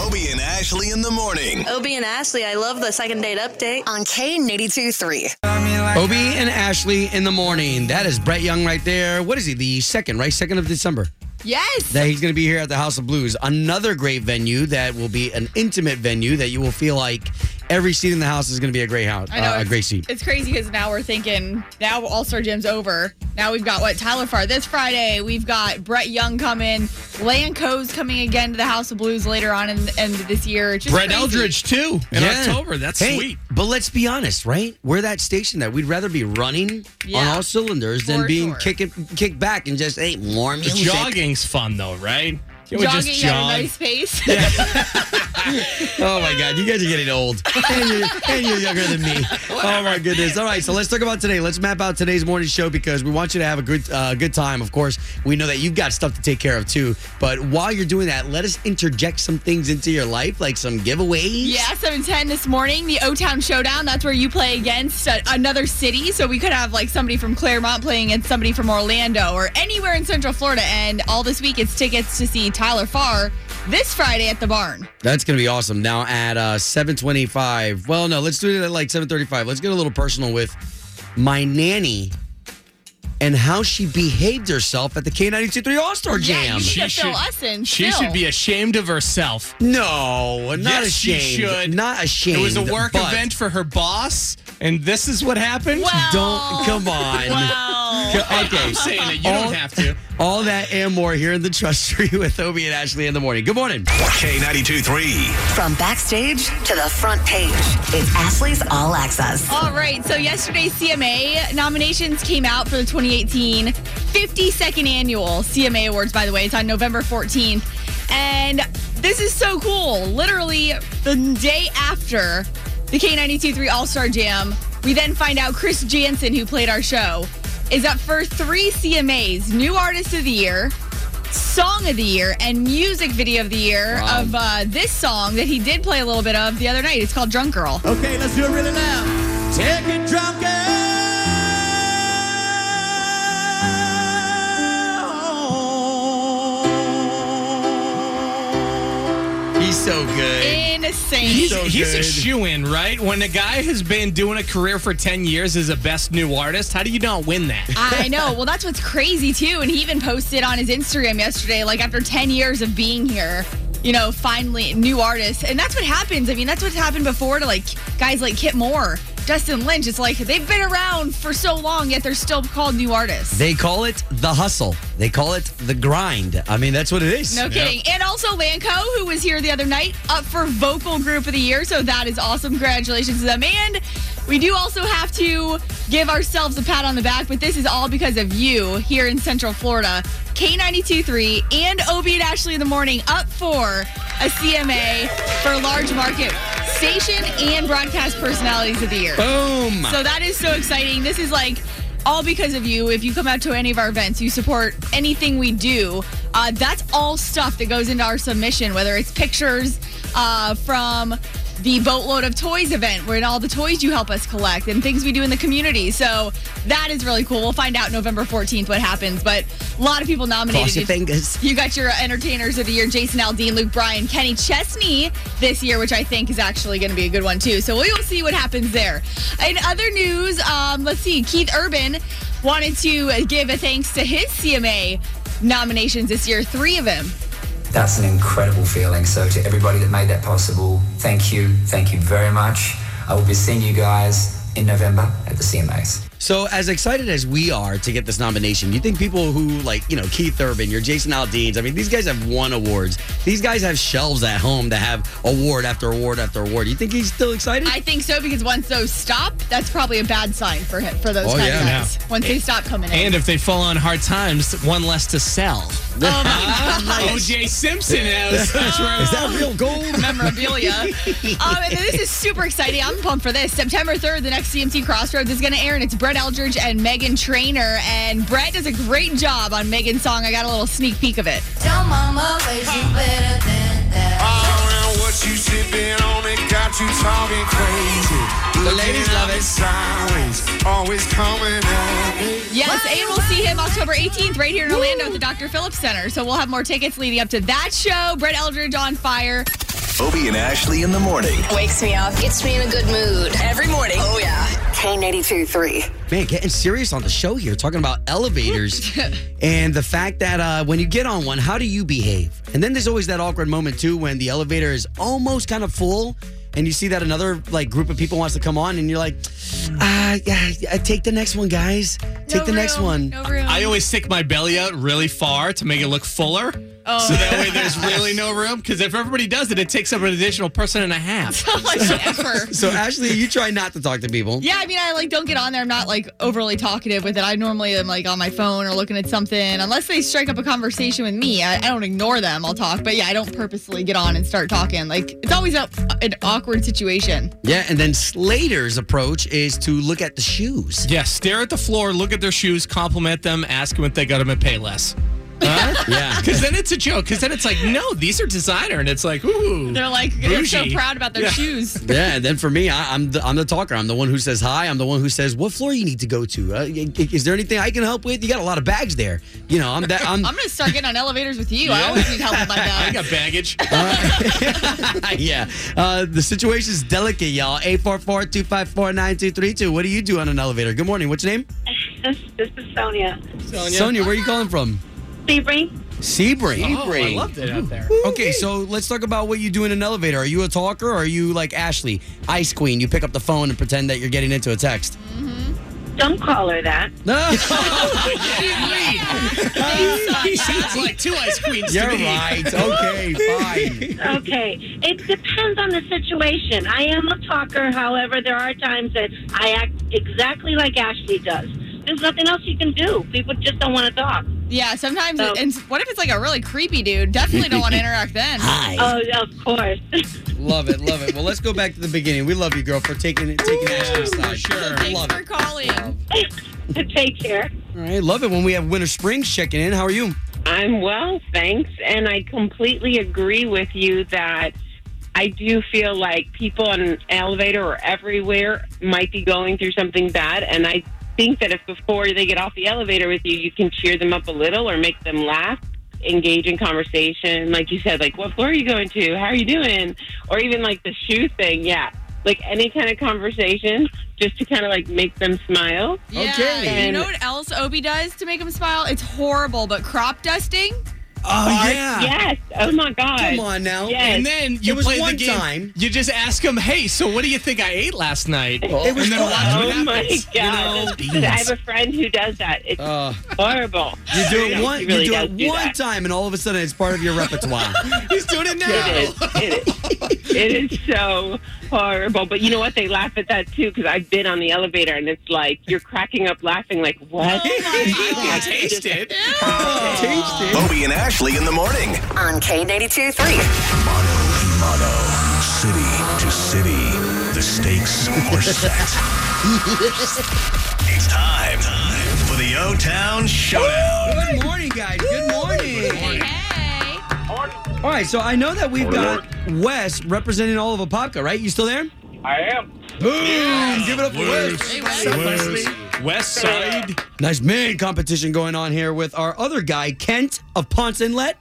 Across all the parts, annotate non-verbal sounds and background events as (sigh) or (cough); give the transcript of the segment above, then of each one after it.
Obie and Ashley in the morning. Obie and Ashley, I love the second date update. on K82 3. Obie and Ashley in the morning. That is Brett Young right there. What is he? The second, right? Second of December. Yes. That he's going to be here at the House of Blues. Another great venue that will be an intimate venue that you will feel like every seat in the house is going to be a great house, uh, a it's- great seat. It's crazy because now we're thinking now All Star Gym's over. Now we've got what Tyler Farr this Friday. We've got Brett Young coming. Lanco's coming again to the House of Blues later on in the end of this year. It's Just Brett crazy. Eldridge too in Yeah. October. That's Hey, sweet. But let's be honest, right? We're that station that we'd rather be running on Yeah. all cylinders than For being sure. kicking kicked back and just hey, more The music. jogging's fun though, right? Can we Jogging just at a jog? nice pace. Oh my God, you guys are getting old. And you're, and you're younger than me. Oh my goodness. All right, so let's talk about today. Let's map out today's morning show because we want you to have a good uh, good time. Of course, we know that you've got stuff to take care of too. But while you're doing that, let us interject some things into your life, like some giveaways. (laughs) Yeah, 710 this morning, the O Town Showdown. That's where you play against a- another city. So we could have like somebody from Claremont playing against somebody from Orlando or anywhere in Central Florida. And all this week, it's tickets to see Tyler Farr this Friday at the barn. That's gonna be awesome. Now at uh, 7:25. Well, no, let's do it at like 7:35. Let's get a little personal with my nanny and how she behaved herself at the K92.3 All Star Yeah, Jam. you She need to fill should- us in. She still. should be ashamed of herself. No, not Yes, she ashamed. should. Not ashamed. It was a work but event for her boss, and this is what happened. Well- Don't come on. (laughs) Wow. Okay. I'm saying it. You All- don't have (laughs) to. All that and more here in the Trust (laughs) Tree with Obie and Ashley in the morning. Good morning. K92 3. From backstage to the front page, it's Ashley's All Access. All right, so yesterday's CMA nominations came out for the 2018 52nd annual CMA Awards, by the way. It's on November 14th. And this is so cool. Literally, the day after the K92 3 All Star Jam, we then find out Chris Jansen, who played our show, is up for three CMAs New Artist of the Year, Song of the Year, and Music Video of the Year Wow. of uh, this song that he did play a little bit of the other night. It's called Drunk Girl. Okay, let's do it really loud. Take a drunk He's so good. Insane. He's, So he's a good. shoe in, right? When a guy has been doing a career for 10 years as a best new artist, how do you not win that? I know. Well, that's what's crazy too. And he even posted on his Instagram yesterday, like after 10 years of being here, you know, finally new artists. And that's what happens. I mean, that's what's happened before to like guys like Kit Moore, Justin Lynch. It's like they've been around for so long, yet they're still called new artists. They call it the hustle. They call it the grind. I mean, that's what it is. no kidding. And also Lanco, who was here the other night, up for Vocal Group of the Year. So that is awesome. Congratulations to them. And we do also have to give ourselves a pat on the back, but this is all because of you here in Central Florida. K92.3 and Obie and Ashley in the Morning up for a CMA for Large Market Station and Broadcast Personalities of the Year. Boom. So that is so exciting. This is like all because of you. If you come out to any of our events, you support anything we do. Uh, that's all stuff that goes into our submission, whether it's pictures uh, from the boatload of toys event, where all the toys you help us collect and things we do in the community. So that is really cool. We'll find out November 14th what happens, but a lot of people nominated. Cross your fingers. You got your entertainers of the year, Jason Aldean, Luke Bryan, Kenny Chesney this year, which I think is actually going to be a good one too. So we will see what happens there. In other news, um, let's see, Keith Urban wanted to give a thanks to his CMA nominations this year, three of them. That's an incredible feeling. So to everybody that made that possible, thank you. Thank you very much. I will be seeing you guys in November at the CMAs. So, as excited as we are to get this nomination, you think people who like, you know, Keith Urban, your Jason Aldeans, I mean, these guys have won awards. These guys have shelves at home that have award after award after award. You think he's still excited? I think so because once those stop, that's probably a bad sign for him for those Oh, kind of yeah. guys. Once they stop coming in. And if they fall on hard times, one less to sell. oh (laughs) my god. OJ Simpson (laughs) knows. (laughs) is that real (laughs) gold? memorabilia. um, and this is super exciting. I'm pumped for this. September 3rd, the next CMT Crossroads is going to air, and it's Brett Eldridge and Megan Trainer. And Brett does a great job on Megan's song. I got a little sneak peek of it. Tell mama ways you better than that. All around what you sipping on, it got you talking crazy. The ladies Looking love up it. in Sideways, always coming at me. Yes, and we'll see him October 18th right here in Orlando at the Dr. Phillips Center. So we'll have more tickets leading up to that show. Brett Eldridge on fire. Obie and Ashley in the morning. Wakes me up, gets me in a good mood. Every morning. Oh, yeah. 1082 3. Man, getting serious on the show here, talking about (laughs) elevators and the fact that uh, when you get on one, how do you behave? And then there's always that awkward moment too when the elevator is almost kind of full, and you see that another like group of people wants to come on, and you're like, ah, yeah, yeah, take the next one, guys, take No the next room, one. No room. I always stick my belly out really far to make it look fuller. Oh. So that way (laughs) there's really no room. Because if everybody does it, it takes up an additional person and a half. How (laughs) much (laughs) effort? So Ashley, you try not to talk to people. Yeah, I mean, I like don't get on there. I'm not like overly talkative with it. I normally am like on my phone or looking at something. Unless they strike up a conversation with me, I, I don't ignore them. I'll talk, but yeah, I don't purposely get on and start talking. Like it's always a, an awkward situation. Yeah, and then Slater's approach is to look at the shoes. Yeah, stare at the floor, look at their shoes, compliment them, ask them if they got them and pay less. (laughs) Yeah. Because then it's a joke. Because then it's like, no, these are designer. And it's like, ooh. They're like they're so Bougie. proud about their Yeah. shoes. (laughs) Yeah, and then for me, I, I'm the, I'm the talker. I'm the one who says hi. I'm the one who says what floor you need to go to. Uh, y- y- is there anything I can help with? You got a lot of bags there. You know, I'm that. (laughs) I'm, I'm gonna start getting on elevators with you. I always need help (laughs) with my I bag. got (laughs) baggage. yeah. Uh, the situation's delicate, y'all. 844-254-9232. What do you do on an elevator? Good morning. What's your name? This, this is Sonia. Sonia. where are you calling from? Sebring? Sebring. Oh, Oh, I loved it out there. Okay, so let's talk about what you do in an elevator. Are you a talker or are you like Ashley, ice queen? You pick up the phone and pretend that you're getting into a text. (laughs) Don't call her that. No. Uh, He sounds like two ice (laughs) queens you're to me. right. (laughs) Okay, fine. Okay. It depends on the situation. I am a talker. However, there are times that I act exactly like Ashley does. There's nothing else you can do. People just don't want to talk. Yeah, sometimes. Oh. And what if it's like a really creepy dude? Definitely don't (laughs) want to interact then. Hi. Oh, of course. Love it, love it. Well, let's go back to the beginning. We love you, girl, for taking it, taking Ashley's side. sure. Thanks Love for it. calling. (laughs) Take care. All right, love it when we have Winter Springs checking in. How are you? I'm well, thanks. And I completely agree with you that I do feel like people in an elevator or everywhere might be going through something bad. And I think that if before they get off the elevator with you, you can cheer them up a little or make them laugh, engage in conversation. Like you said, like, what floor are you going to? How are you doing? Or even like the shoe thing. Yeah. Like any kind of conversation just to kind of like make them smile. Yeah, Okay. You know what else Obi does to make him smile? It's horrible, but crop dusting. Oh, Yes. Oh my God. Come on now. Yes. And then you It was play one the game. time. You just ask them, "Hey, so what do you think I ate last night?" It was and then fun. watch what Oh my happens. god! You This know? is- I have a friend who does that. It's Uh, horrible. you do it Yes, one, he really you do does it one that. time, and all of a sudden it's part of your (laughs) repertoire. He's doing it now. It is, it, is, it is so horrible. But you know what? They laugh at that too because I've been on the elevator and it's like you're cracking up laughing. Like what? I can't taste it. Oh. Obie and Ashley in the morning. On K82 3. Motto City to City. The stakes are set. it's time for the O Town Showdown. Good morning, guys. Good morning. Hey. All right, so I know that we've got Wes representing all of Apopka, right? You still there? I am. Boom! Give it up for Wes. West Side. Nice man competition going on here with our other guy, Kent of Ponce Inlet.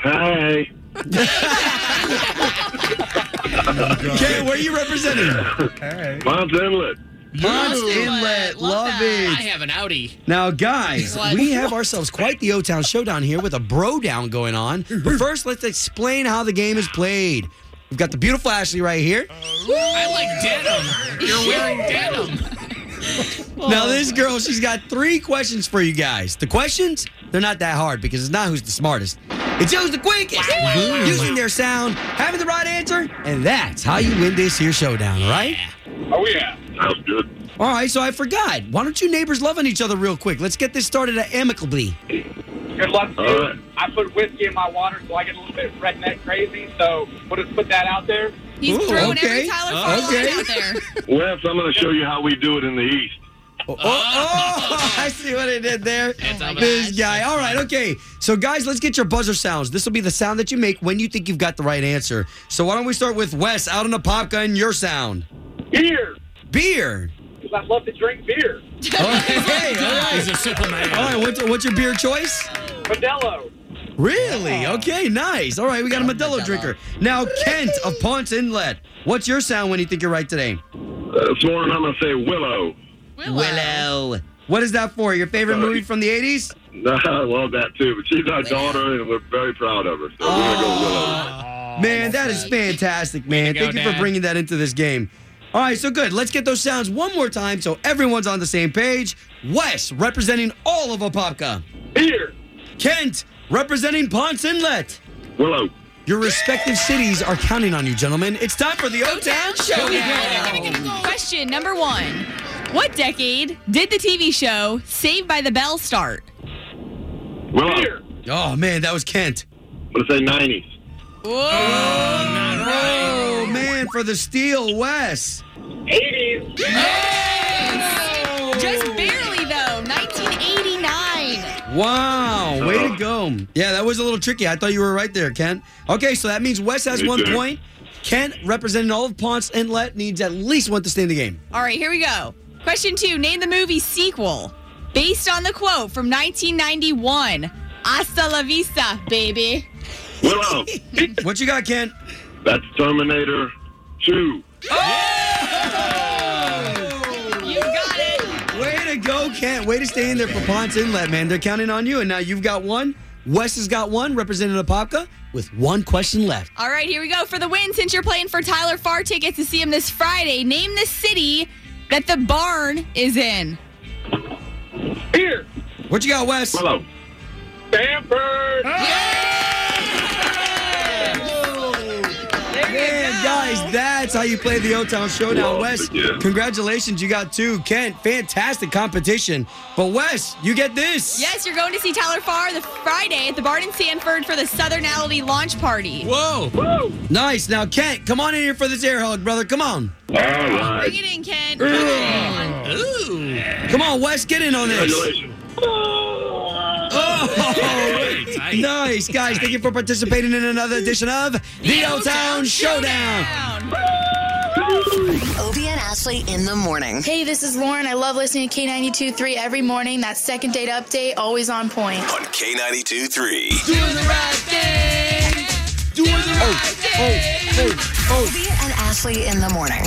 Hi. (laughs) Kent, where are you representing? Mount Inlet. Ponce Inlet. Inlet. Love Love that. it. I have an Audi. Now, guys, What? we have ourselves quite the O Town showdown here with a bro down going on. But first, let's explain how the game is played. We've got the beautiful Ashley right here. I like denim. You're wearing denim. Now, this girl, she's got three questions for you guys. The questions, they're not that hard because it's not who's the smartest, it's who's the quickest. Using their sound, having the right answer, and that's how you win this here showdown, all right? Oh yeah. Sounds good. All right, so I forgot. Why don't you neighbors love on each other real quick? Let's get this started amicably. Good luck to you. I put whiskey in my water, so I get a little bit redneck crazy. So we'll just put that out there. He's Ooh, throwing okay. every Tyler Oh, Farley okay. out there. (laughs) Wes, I'm going to show you how we do it in the East. Oh, oh, (laughs) I see what I did there. This guy. All right, okay. So, guys, let's get your buzzer sounds. This will be the sound that you make when you think you've got the right answer. So, why don't we start with Wes out on the pop gun? Your sound. Beer, Beer. because I love to drink beer. Okay, all right. Oh. He's a superman. All right, what's, what's your beer choice? Modelo. Really? Okay, nice. All right, we got a Modelo drinker. Now, Kent of Ponce Inlet. What's your sound when you think you're right today? This morning I'm gonna say Willow. (laughs) Willow. What is that for? Your favorite movie from the 80s? I love that too, but she's our daughter, and we're very proud of her. So we're gonna go Willow. Man, that is fantastic, man. go, Thank you for Dad. bringing that into this game. All right, so good. Let's get those sounds one more time so everyone's on the same page. Wes representing all of Apopka. Here. Kent representing Ponce Inlet. Willow. Your respective cities are counting on you, gentlemen. It's time for the O Town Showdown. Question number one What decade did the TV show Saved by the Bell start? Willow. Oh man, that was Kent. I'm gonna say 90s. Oh man, for the steal, Wes. 80s. Just barely, though. 1989. Wow, way to go. Yeah, that was a little tricky. I thought you were right there, Kent. Okay, so that means Wes has Me one too. point. Kent, representing all of Ponce Inlet, needs at least one to stay in the game. All right, here we go. Question two Name the movie sequel based on the quote from 1991 Hasta la vista, baby. Willow. what you got, Ken? That's Terminator 2. You got it. Way to go, Kent. Way to stay in there for Ponce Inlet, man. They're counting on you, and now you've got one. Wes has got one, representing Apopka, with one question left. All right, here we go. For the win, since you're playing for Tyler Farr tickets to see him this Friday, name the city that the barn is in. Here. What you got, Wes? Hello. Stanford. Man, guys, that's how you play the O Town Showdown. Wes, congratulations, you got two. Kent, fantastic competition. But Wes, you get this. Yes, you're going to see Tyler Farr the Friday at the barn in Sanford for the Southernality launch party. Whoa. Woo. Nice. Now, Kent, come on in here for this air hug, brother. Come on. All right. Bring it in, Kent. Oh. Come on, Wes, get in on this. Congratulations. Oh, nice, guys. Thank you for participating in another edition of The O Town Showdown. Obie and Ashley in the morning. Hey, this is Lauren. I love listening to K92 3 every morning. That second date update, always on point. On K92 3. the right thing. Doing the right oh, thing. Obie and Ashley in the morning.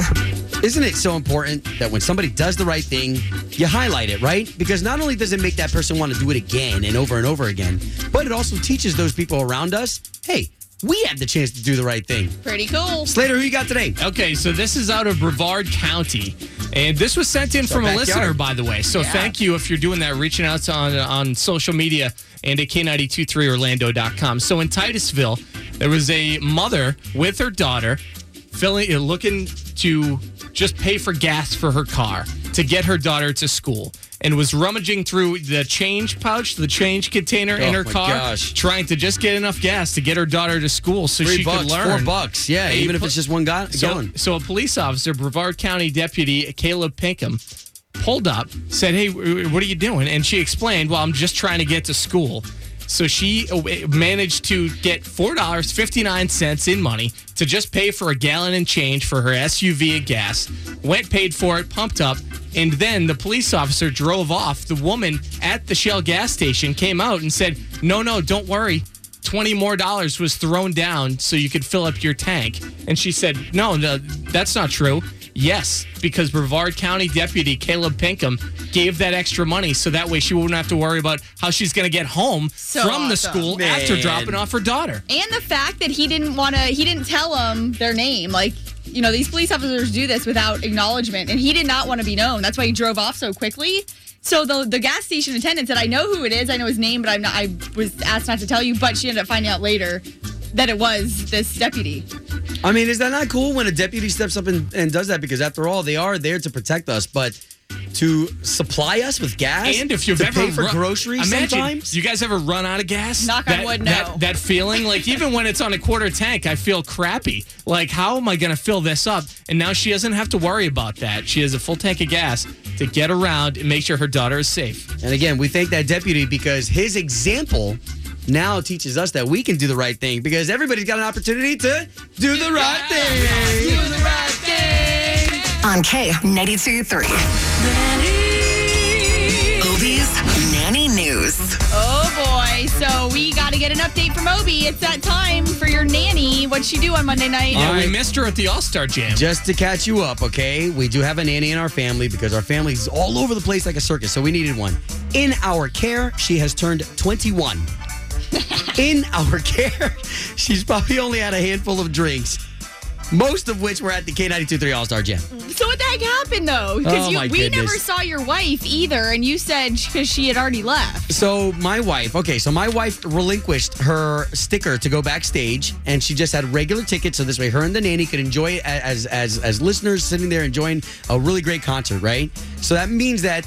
Isn't it so important that when somebody does the right thing, you highlight it, right? Because not only does it make that person want to do it again and over and over again, but it also teaches those people around us hey, we have the chance to do the right thing. Pretty cool. Slater, who you got today? Okay, so this is out of Brevard County. And this was sent in It's our from a backyard. listener, by the way. So thank you if you're doing that, reaching out on on social media and at K923Orlando.com. So in Titusville, there was a mother with her daughter filling, uh, looking to just pay for gas for her car to get her daughter to school and was rummaging through the change pouch, the change container in Oh, her my car, gosh. trying to just get enough gas to get her daughter to school so Three she bucks, could learn. four bucks. Yeah, A even if pu- it's just one guy so, going. so a police officer, Brevard County Deputy Caleb Pinkham, pulled up, said, "Hey, w- what are you doing?" And she explained, "Well, I'm just trying to get to school." So she uh, managed to get four dollars fifty nine cents in money to just pay for a gallon and change for her SUV and gas. Went paid for it, pumped up, and then the police officer drove off. The woman at the Shell gas station came out and said, "No, no, don't worry. 20 more dollars was thrown down so you could fill up your tank. And she said, No, no, that's not true. Yes, because Brevard County Deputy Caleb Pinkham gave that extra money so that way she wouldn't have to worry about how she's going to get home So from the awesome. school Man. after dropping off her daughter. And the fact that he didn't want to, he didn't tell them their name. Like, you know, these police officers do this without acknowledgement, and he did not want to be known. That's why he drove off so quickly. So the the gas station attendant said, "I know who it is. I know his name, but I'm not. I was asked not to tell you." But she ended up finding out later that it was this deputy. I mean, is that not cool when a deputy steps up and, and does that? Because after all, they are there to protect us, but to supply us with gas And if you've to ever pay for run- groceries imagine, sometimes. you guys ever run out of gas? Knock on that, wood, no. That, that feeling, like even when it's on a quarter tank, I feel crappy. Like, how am I going to fill this up? And now she doesn't have to worry about that. She has a full tank of gas to get around and make sure her daughter is safe. And again, we thank that deputy because his example now teaches us that we can do the right thing because everybody's got an opportunity to do the right thing. On K92 3. Obie's Nanny News. Oh boy, guys. So we got to get an update from Obi. It's that time for your nanny. What'd she do on Monday night? Yeah, we missed her at the All Star Jam. Just to catch you up, okay? We do have a nanny in our family because our family's all over the place like a circus, so we needed one. In our care, she has turned 21. in our care, she's probably only had a handful of drinks, most of which were at the K92 All Star Jam. So what the heck happened though? Oh, Because my you we goodness. never saw your wife either, and you said because she had already left. So my wife, okay, so my wife relinquished her sticker to go backstage, and she just had regular tickets, so this way her and the nanny could enjoy it a- as as as listeners sitting there enjoying a really great concert, right? So that means that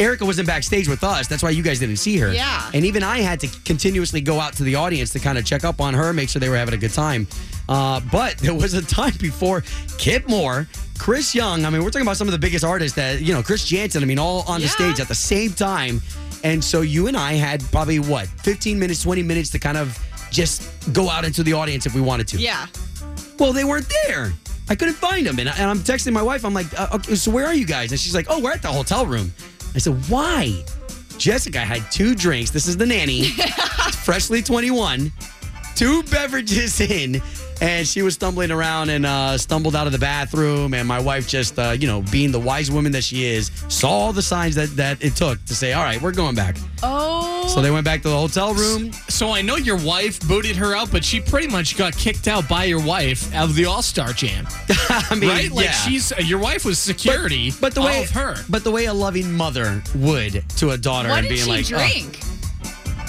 Erica wasn't backstage with us. That's why you guys didn't see her. Yeah. And even I had to continuously go out to the audience to kind of check up on her, make sure they were having a good time. Uh, but there was a time before Kip Moore, Chris Young. I mean, we're talking about some of the biggest artists that, you know, Chris Jansen, I mean, all on the stage at the same time. And so you and I had probably what, 15 minutes, 20 minutes to kind of just go out into the audience if we wanted to. Yeah. Well, they weren't there. I couldn't find them. And, I, and I'm texting my wife. I'm like, uh, okay, so where are you guys? And she's like, oh, we're at the hotel room. I said, why? Jessica had two drinks. This is the nanny, (laughs) freshly 21, two beverages (laughs) in. And she was stumbling around and uh, stumbled out of the bathroom. And my wife, just uh, you know, being the wise woman that she is, saw all the signs that that it took to say, "All right, we're going back." Oh. So they went back to the hotel room. (laughs) So I know your wife booted her out, but she pretty much got kicked out by your wife out of the All Star Jam. I mean, right? Like yeah. she's your wife was security, But the way of her. but the way a loving mother would to a daughter What and did being she like, "Oh." drink?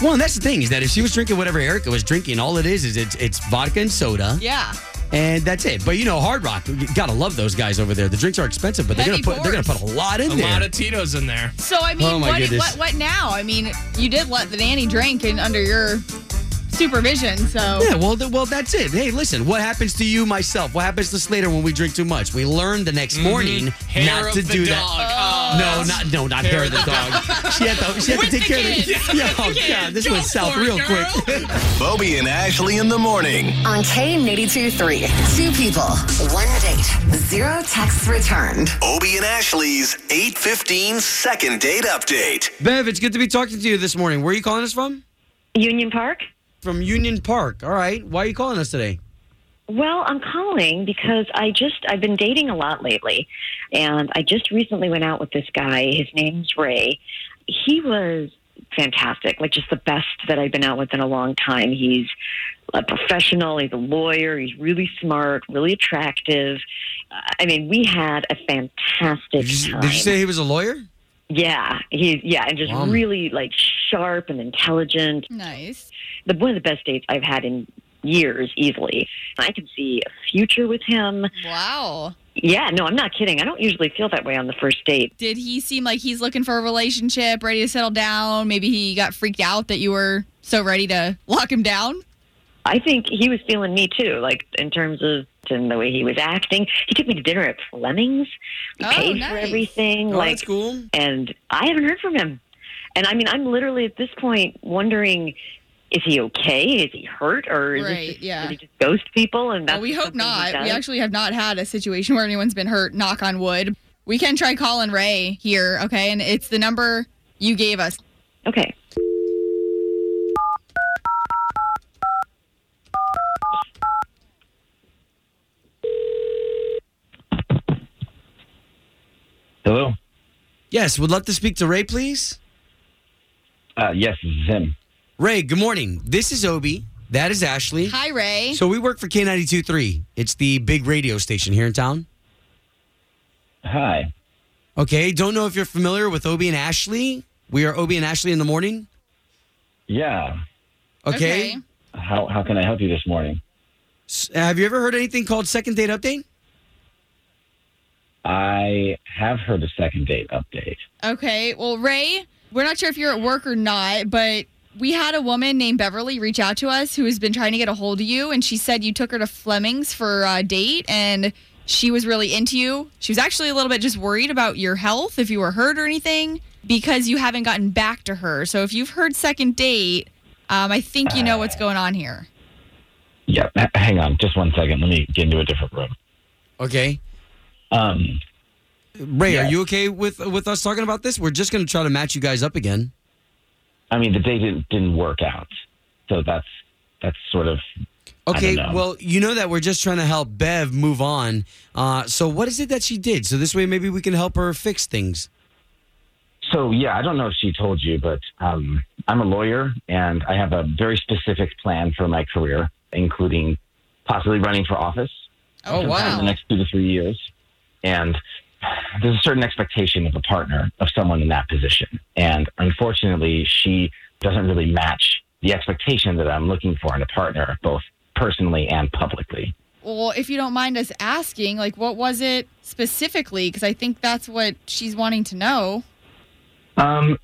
well, and that's the thing is that if she was drinking whatever Erica was drinking, all it is is it's, it's vodka and soda. Yeah. And that's it. But you know, Hard Rock, you gotta love those guys over there. The drinks are expensive, but they're Heavy gonna put they're gonna pours. put a lot in a there. lot of Tito's in there. So I mean, Oh, my what, goodness. what what now? I mean, you did let the nanny drink and under your supervision. So yeah, well, th- well, that's it. Hey, listen, what happens to you, myself? What happens to Slater when we drink too much? We learn the next morning Mm-hmm. Hair not of to the do dog. that. Oh, no, not no, not hair of the dog. she had to she had to With take the care (laughs) kids. of it. With the Yo, God, kids. this Oh, Go went south for it, real girl. quick. Bobby and Ashley in the morning. On K82 3, two people, one date, zero texts returned. Obie and Ashley's 815 second date update. Bev, it's good to be talking to you this morning. Where are you calling us from? Union Park. From Union Park. All right. Why are you calling us today? Well, I'm calling because I just I've been dating a lot lately, and I just recently went out with this guy. His name's Ray. He was fantastic, like just the best that I've been out with in a long time. He's a professional. He's a lawyer. He's really smart, really attractive. I mean, we had a fantastic time. Did you say he was a lawyer? Oh, Yeah, he's yeah, and just Bum. really like sharp and intelligent. Nice. The one of the best dates I've had in years, easily. I can see a future with him. wow. Yeah, no, I'm not kidding. I don't usually feel that way on the first date. Did he seem like he's looking for a relationship, ready to settle down? Maybe he got freaked out that you were so ready to lock him down. I think he was feeling me too, like in terms of and the way he was acting. He took me to dinner at Fleming's. We Oh, paid for nice. everything. Oh, like that's cool. And I haven't heard from him. And I mean, I'm literally at this point wondering. Is he okay? Is he hurt, or is Right, this just, yeah. did he just ghost people? And that's Well, we hope something he not. We does? actually have not had a situation where anyone's been hurt, knock on wood. We can try calling Ray here, okay? And it's the number you gave us. Okay. Hello. Yes. Would love to speak to Ray, please. Uh, yes, this is him. Ray, good morning. This is Obi. That is Ashley. Hi, Ray. So we work for K92 3. It's the big radio station here in town. Hi. Okay. Don't know if you're familiar with Obi and Ashley. We are Obi and Ashley in the morning. Yeah. Okay. How how can I help you this morning? S- Have you ever heard anything called second date update? I have heard a second date update. Okay. Well, Ray, we're not sure if you're at work or not, but we had a woman named Beverly reach out to us who has been trying to get a hold of you, and she said you took her to Fleming's for a date, and she was really into you. She was actually a little bit just worried about your health, if you were hurt or anything, because you haven't gotten back to her. So if you've heard second date, um, I think you know what's going on here. Yep. H- hang on, just one second. Let me get into a different room. Okay. Um. Ray, are you okay with with us talking about this? We're just going to try to match you guys up again. I mean, the day didn't didn't work out, so that's that's sort of I Okay, don't know. well, you know that we're just trying to help Bev move on. Uh, so, what is it that she did? So, this way, maybe we can help her fix things. So yeah, I don't know if she told you, but um, I'm a lawyer and I have a very specific plan for my career, including possibly running for office. Oh, sometime wow. In the next two to three years, and there's a certain expectation of a partner of someone in that position, and unfortunately, she doesn't really match the expectation that I'm looking for in a partner, both personally and publicly. Well, if you don't mind us asking, like, what was it specifically? Because I think that's what she's wanting to know. Um,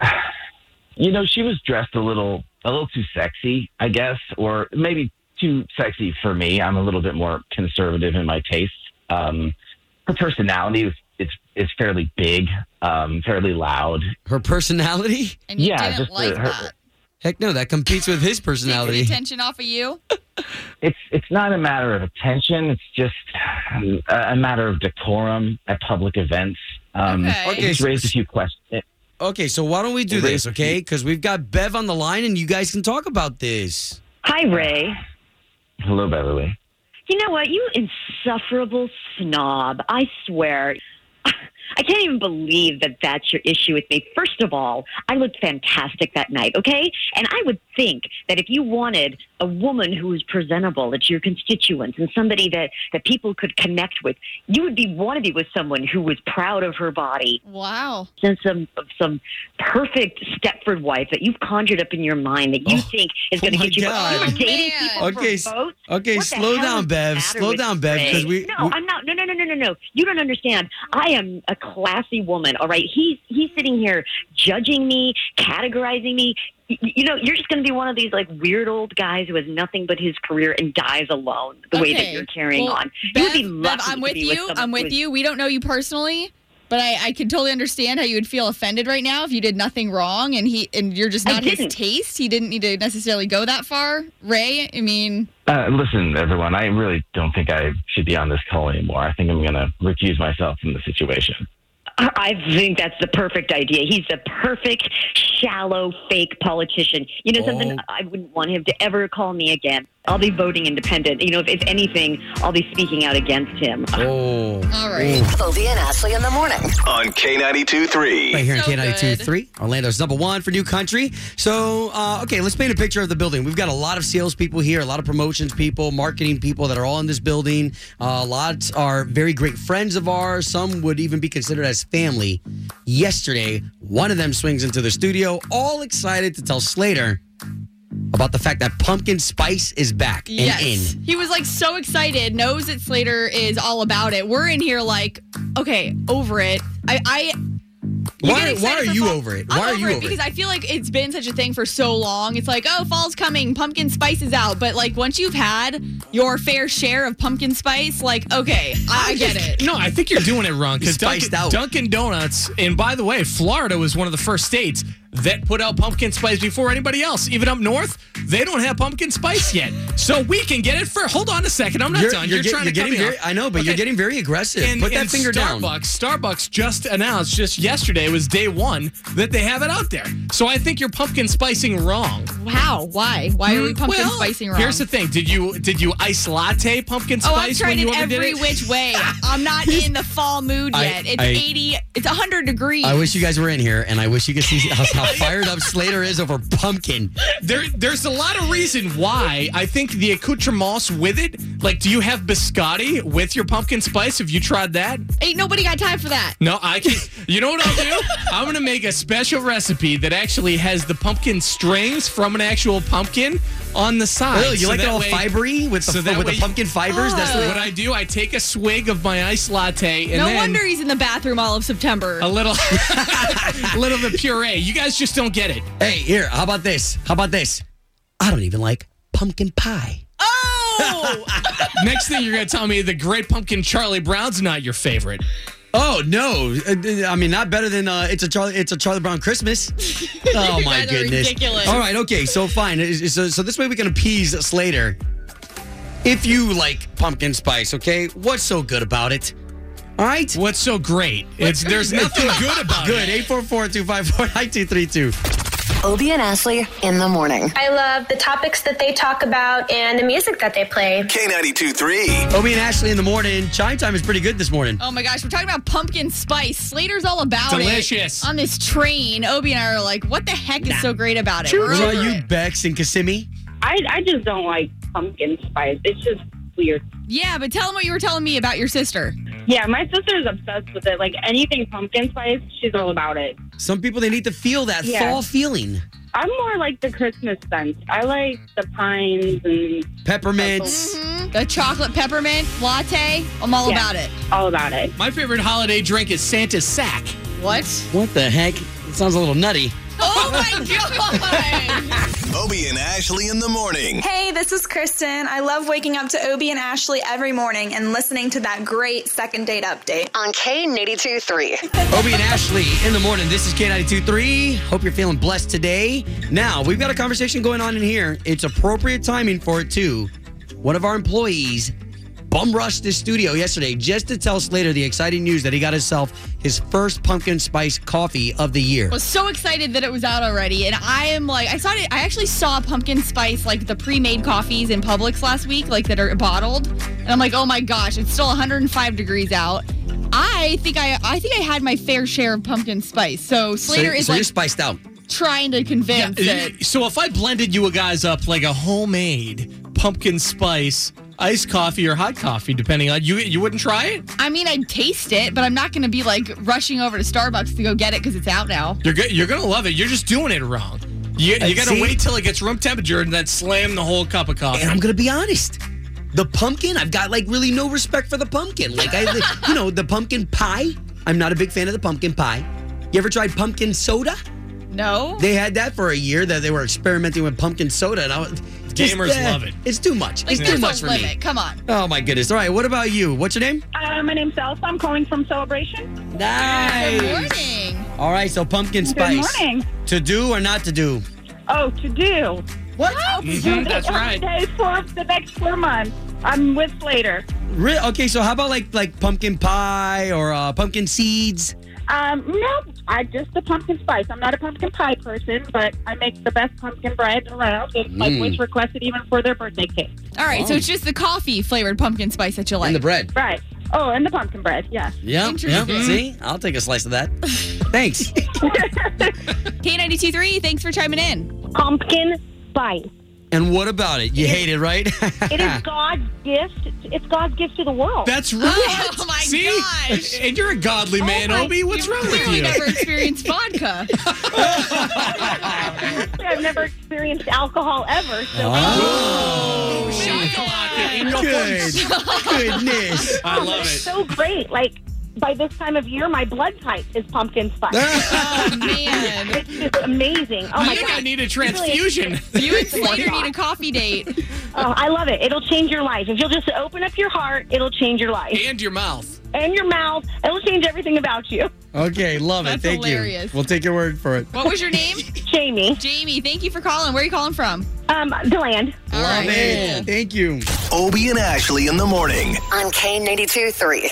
you know, she was dressed a little, a little too sexy, I guess, or maybe too sexy for me. I'm a little bit more conservative in my taste. Um, her personality is it's it's fairly big, um, fairly loud. Her personality? And you yeah, didn't just the- like her- that. Heck no, that competes with his Taking personality. attention off of you. It's it's not a matter of attention. It's just um, a, a matter of decorum at public events. Um, Okay. Okay, It's so- raised a few questions. Okay, so why don't we do this, okay? Because we've got Bev on the line and you guys can talk about this. Hi, Ray. Hello, Beverly. You know what? You insufferable snob. I swear. (laughs) I can't even believe that that's your issue with me. First of all, I looked fantastic that night, okay? And I would think that if you wanted a woman who was presentable, that's your constituents and somebody that, that people could connect with, you would be want to be with someone who was proud of her body. Wow. Than some of some perfect Stepford wife that you've conjured up in your mind that Oh, you think is going to get you. You were dating people for okay, s- votes? okay, What the slow hell down, is Bev. the Slow matter down, with Bev, Ray? because we- No, we- I'm not. No, no, no, no, no, no. You don't understand. I am a classy woman. All right, he's he's sitting here judging me, categorizing me. Y- You know, you're just going to be one of these like weird old guys who has nothing but his career and dies alone. The way that Okay. you're carrying Well, on, Bev, you would be Bev, lucky I'm to with be you. With I'm someone who with is you. We don't know you personally, but I, I can totally understand how you would feel offended right now if you did nothing wrong and he and you're just I not his didn't. taste. He didn't need to necessarily go that far. Ray, I mean, Uh, listen, everyone, I really don't think I should be on this call anymore. I think I'm going to recuse myself from the situation. I think that's the perfect idea. He's the perfect shallow fake politician. You know something? I wouldn't want him to ever call me again. I'll be voting independent. You know, if, if anything, I'll be speaking out against him. Oh. All right. Ooh. Obie and Ashley in the morning. On K92 3. Right here in K92 3, Orlando's number one for new country. So, uh, okay, let's paint a picture of the building. We've got a lot of salespeople here, a lot of promotions people, marketing people that are all in this building. Uh, lots are very great friends of ours. Some would even be considered as family. Yesterday, one of them swings into the studio, all excited to tell Slater about the fact that pumpkin spice is back yes. and in. He was like so excited, knows that Slater is all about it. We're in here like, okay, over it. I, I You get Why, excited why are for you fall- over it? I'm Why are over you it over because it? I feel like it's been such a thing for so long. It's like, oh, fall's coming, pumpkin spice is out. But like once you've had your fair share of pumpkin spice, like, okay, I, I get it. No, I think you're doing it wrong because Spiced Dunkin, out. Dunkin' Donuts, and by the way, Florida was one of the first states that put out pumpkin spice before anybody else. Even up north, they don't have pumpkin spice yet, so we can get it for. Hold on a second, I'm not done. You're, get- trying to cut getting me very, off. I know, but you're Okay. getting very aggressive. And- Put that and finger down. Starbucks, Starbucks just announced just yesterday was day one that they have it out there. So I think you're pumpkin spicing wrong. Wow, why? Why are Mm, we pumpkin Mm, Well, spicing wrong? Here's the thing: did you did you ice latte pumpkin Oh, spice? I've tried when you it overdid every it? which way. (laughs) I'm not in the fall mood I- yet. it's I- 80, it's 100 degrees. I wish you guys were in here, and I wish you could see how, how fired up Slater is over pumpkin. There, there's a lot of reason why. I think the accoutrements with it, like, do you have biscotti with your pumpkin spice? Have you tried that? Ain't nobody got time for that. No, I can. You know what I'll do? I'm gonna make a special recipe that actually has the pumpkin strings from an actual pumpkin on the side. Really? You like it that all fibery with the- with the pumpkin fibers? That's the- what I do. I take a swig of my iced latte and no then wonder he's in the bathroom all of September. Oh. a little, (laughs) a little of the puree. You guys just don't get it. Hey, here, how about this? How about this? I don't even like pumpkin pie. Oh! (laughs) Next thing you're gonna tell me, the Great Pumpkin Charlie Brown's not your favorite. Oh no! Uh, I mean, not better than uh, it's a Charlie. It's a Charlie Brown Christmas. Oh You my guys are goodness! ridiculous. All right, okay, so fine. Is- is- So, so this way we can appease Slater. If you like pumpkin spice, okay, what's so good about it? All right, what's (laughs) so great? It's there's nothing good about good. it. Eight four four two five four nine two three two. Obie and Ashley in the morning. I love the topics that they talk about and the music that they play. K92 3. Obie and Ashley in the morning. Chime time is pretty good this morning. Oh my gosh, we're talking about pumpkin spice. Slater's all about Delicious. Um, it. On this train, Obie and I are like, what the heck is so great about it? We're What about over you, it. Bex and Kissimmee? I, I just don't like pumpkin spice. It's just weird. Yeah, but tell them what you were telling me about your sister. Yeah, my sister's obsessed with it. Like anything pumpkin spice, she's all about it. Some people, they need to feel that Yeah. fall feeling. I'm more like the Christmas scent. I like the pines and Peppermints. The chocolate peppermint latte. I'm all Yeah. about it. all about it. My favorite holiday drink is Santa's sack. What? What the heck? It sounds a little nutty. Oh my god! Obie and Ashley in the morning. Hey, this is Kristen. I love waking up to Obie and Ashley every morning and listening to that great second date update on K82 3. Obie and Ashley in the morning. This is K92.3. Hope you're feeling blessed today. Now, we've got a conversation going on in here. It's appropriate timing for it, too. One of our employees bum rushed the studio yesterday just to tell Slater the exciting news that he got himself his first pumpkin spice coffee of the year. was so excited that it was out already, and I am like, I saw it. I actually saw pumpkin spice like the pre-made coffees in Publix last week, like that are bottled, and I'm like, oh my gosh, it's still 105 degrees out. I think I, I think I had my fair share of pumpkin spice. So Slater so, is so you're like spiced out. trying to convince that So if I blended you guys up like a homemade pumpkin spice iced coffee or hot coffee, depending on you, you wouldn't try it. I mean, I'd taste it, but I'm not going to be like rushing over to Starbucks to go get it because it's out now. You're go- you're gonna love it. You're just doing it wrong. You, Uh, you gotta see? wait till it gets room temperature and then slam the whole cup of coffee. And I'm gonna be honest. The pumpkin, I've got like really no respect for the pumpkin. Like (laughs) I, you know, the pumpkin pie. I'm not a big fan of the pumpkin pie. You ever tried pumpkin soda? No. They had that for a year that they were experimenting with pumpkin soda, and I was. just, Gamers eh, love it. It's too much. Like, it's too there's much for a limit. me. Come on. Oh my goodness! All right, what about you? What's your name? Uh, my name's Elsa. I'm calling from Celebration. Nice. Good morning. All right, so pumpkin Good spice. morning. To do or not to do? Oh, to do. What? I'll be Mm-hmm. Mhm, doing (laughs) it that's every right. day for the next four months. I'm with Slater. Re- okay, so how about like like pumpkin pie or uh, pumpkin seeds? Um, no, I just the pumpkin spice. I'm not a pumpkin pie person, but I make the best pumpkin bread around. And my Mm. boys requested even for their birthday cake. All right, so it's just the coffee flavored pumpkin spice that you like. the bread. Right. Oh, and the pumpkin bread. Yes. Yeah, yeah. Interesting. See, I'll take a slice of that. Thanks. K92.3, thanks for chiming in. Pumpkin spice. And what about it? You hate it, right? It (laughs) is God's gift. It's God's gift to the world. That's (laughs) right. Oh, my See? gosh. And you're a godly man, Obi. What's wrong with Clearly you? never experienced vodka. I've never experienced alcohol ever. So (laughs) Oh, Oh, chocolate in your face. Goodness. I love it's it. so great. Like by this time of year, my blood type is pumpkin spice. (laughs) oh man, it's just amazing. Oh I my think god, I need a It's really- transfusion. You and Slater need a coffee date. Oh, I love it. It'll change your life if you'll just open up your heart. It'll change your life and your mouth. and your mouth. It'll change everything about you. okay, love it. That's Thank hilarious. you. We'll take your word for it. What was (laughs) your name? Jamie. Jamie, thank you for calling. Where are you calling from? Um, Deland. All right. Thank you. Obie and Ashley in the morning. On K82 3.